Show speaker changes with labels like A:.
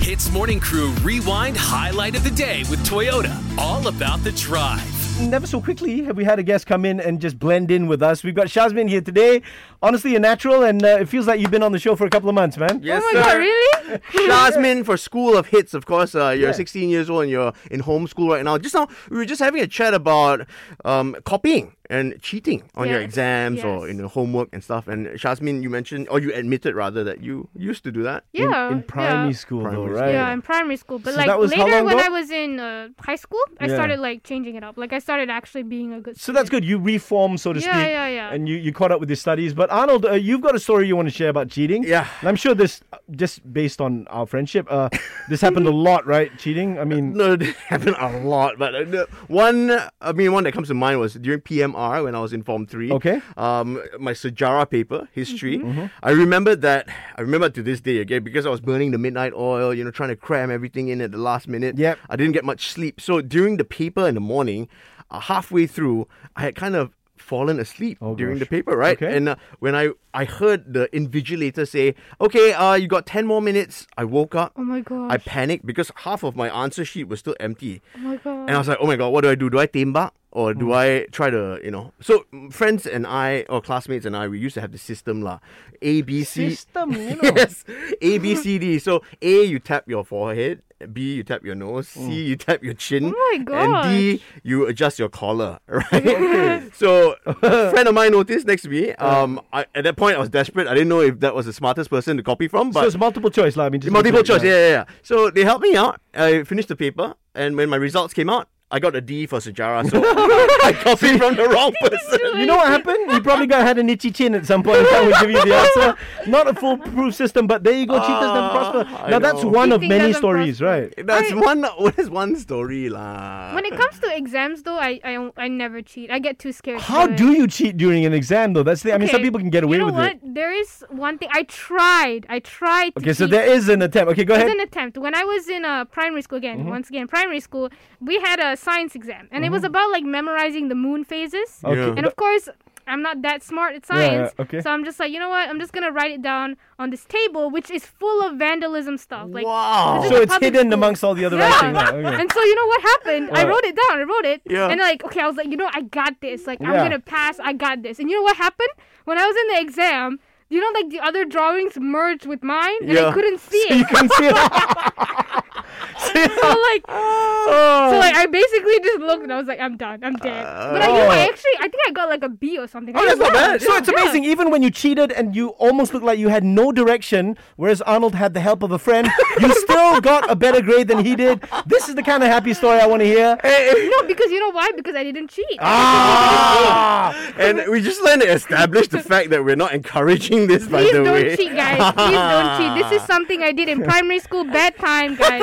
A: Hits Morning Crew Rewind Highlight of the Day with Toyota. All about the drive.
B: Never so quickly have we had a guest come in and just blend in with us. We've got Shazmin here today. Honestly, a natural, and uh, it feels like you've been on the show for a couple of months, man.
C: Yes,
D: Oh my god, really?
C: Jasmine for School of Hits, of course. Uh, you're
B: Yeah.
C: 16 years old and you're in homeschool right now. Just now, we were just having a chat about um, copying and cheating on your
D: Yes,
C: exams or
D: yes.
C: in your homework and stuff. And Jasmine, you mentioned, or you admitted rather, that you used to do that.
B: In,
D: Yeah.
B: in primary
D: yeah.
B: school, though,
C: Primary
B: right?
D: Yeah, in primary school. But
B: So
D: like
B: that was how
D: later
B: long
D: when
B: ago?
D: I was in uh, high school, I
B: Yeah.
D: started like changing it up. Like I started actually being a good
B: So that's good. You reformed, so to
D: Yeah,
B: speak.
D: yeah, yeah.
B: And you, you caught up with your studies. But Arnold, uh, you've got a story you want to share about cheating.
C: Yeah.
B: And I'm sure this, just based on our friendship, uh, this happened a lot, right? Cheating. I mean,
C: No, it happened a lot, but uh, the one, I mean, one that comes to mind was during PMR when I was in Form 3.
B: Okay. Mm-hmm,
C: Um, my Sejarah paper, history. I remember that, I remember to this day, okay, because I was burning the midnight oil, you know, trying to cram everything in at the last minute.
B: Yep.
C: I didn't get much sleep. So during the paper in the morning, uh, halfway through, I had kind of fallen asleep
B: Oh,
C: during
B: gosh.
C: the paper, right?
B: Okay.
C: And uh, when I, I heard the invigilator say, okay, uh, you got 10 more minutes, I woke up.
D: Oh my
C: I
D: gosh.
C: panicked because half of my answer sheet was still empty.
D: oh my god.
C: And I was like, oh my god, what do I do? Do I tembak or do
B: Mm.
C: I try to, you know? So mm, friends and I, or classmates and I, we used to have the system lah, A B C.
B: system, you know.
C: Yes, A B C D. So A, you tap your forehead. B, you tap your nose. C,
B: Mm.
C: you tap your chin.
D: Oh my
C: And D, you adjust your collar. Right. so, a friend of mine noticed next to me.
B: Uh.
C: Um, I, at that point, I was desperate. I didn't know if that was the smartest person to copy from. But
B: so it's multiple choice, like, I mean, just
C: Multiple
B: look at it,
C: choice, yeah, yeah, yeah. So they helped me out. I finished the paper, and when my results came out, I got a D for Sejarah. So I copied from the wrong person.
B: You know what happened? You probably got had an itchy chin at some point. in time. will give you the answer. Not a foolproof system, but there you go. Cheaters never
C: Ah,
B: prosper.
C: I
B: Now that's
C: know.
B: one of
D: Cheating
B: many
D: doesn't
B: stories,
D: prosper.
B: right?
C: That's
D: I-
C: one. That's one story lah.
D: when it comes to exams though, I, I don't- I never cheat. I get too scared. to
B: How
D: it.
B: do you cheat during an exam, though? That's the. I mean, some
D: Okay,
B: people can get away
D: you know
B: with
D: what?
B: it.
D: There is one thing I tried. I tried. To
B: Okay, so
D: cheat.
B: there is an attempt. Okay, go
D: It
B: ahead. Mm-hmm.
D: was an attempt. When I was in uh, primary school again, once again, primary school, we had a science exam, and it was about like memorizing the moon phases.
B: Okay.
D: And of course, I'm not that smart at
B: Yeah, yeah,
D: science.
B: okay.
D: So I'm just like, you know what? I'm just gonna write it down on this table, which is full of vandalism stuff. Like,
C: wow.
D: This is
B: So
D: a
B: it's
D: public
B: hidden
D: school.
B: amongst all the other
D: Yeah.
B: writing. now. Okay.
D: And so you know what happened? I wrote it down. I wrote it.
C: Yeah.
D: And like, okay, I was like, you know, I got this. Like,
B: Yeah.
D: I'm gonna pass. I got this. And you know what happened? When I was in the exam, you know, like the other drawings merged with mine, and
C: Yeah.
D: I couldn't see
B: You
D: it.
B: can see it.
D: so like,
B: Oh.
D: so like, I basically just looked and I was like, I'm done. I'm dead. But I, you know, I
B: Oh.
D: actually, I think I got like a B or something.
C: Oh, that's not bad.
B: So it's
D: Yeah.
B: amazing. Even when you cheated and you almost looked like you had no direction, whereas Arnold had the help of a friend, you still got a better grade than he did. This is the kind of happy story I want to hear.
D: No, because you know why? Because I didn't cheat.
C: Ah! and we just learned to establish the fact that we're not encouraging this. by
D: Please
C: the
D: don't
C: way,
D: cheat, guys. Please don't cheat. This is something I did in primary school bad time, guys.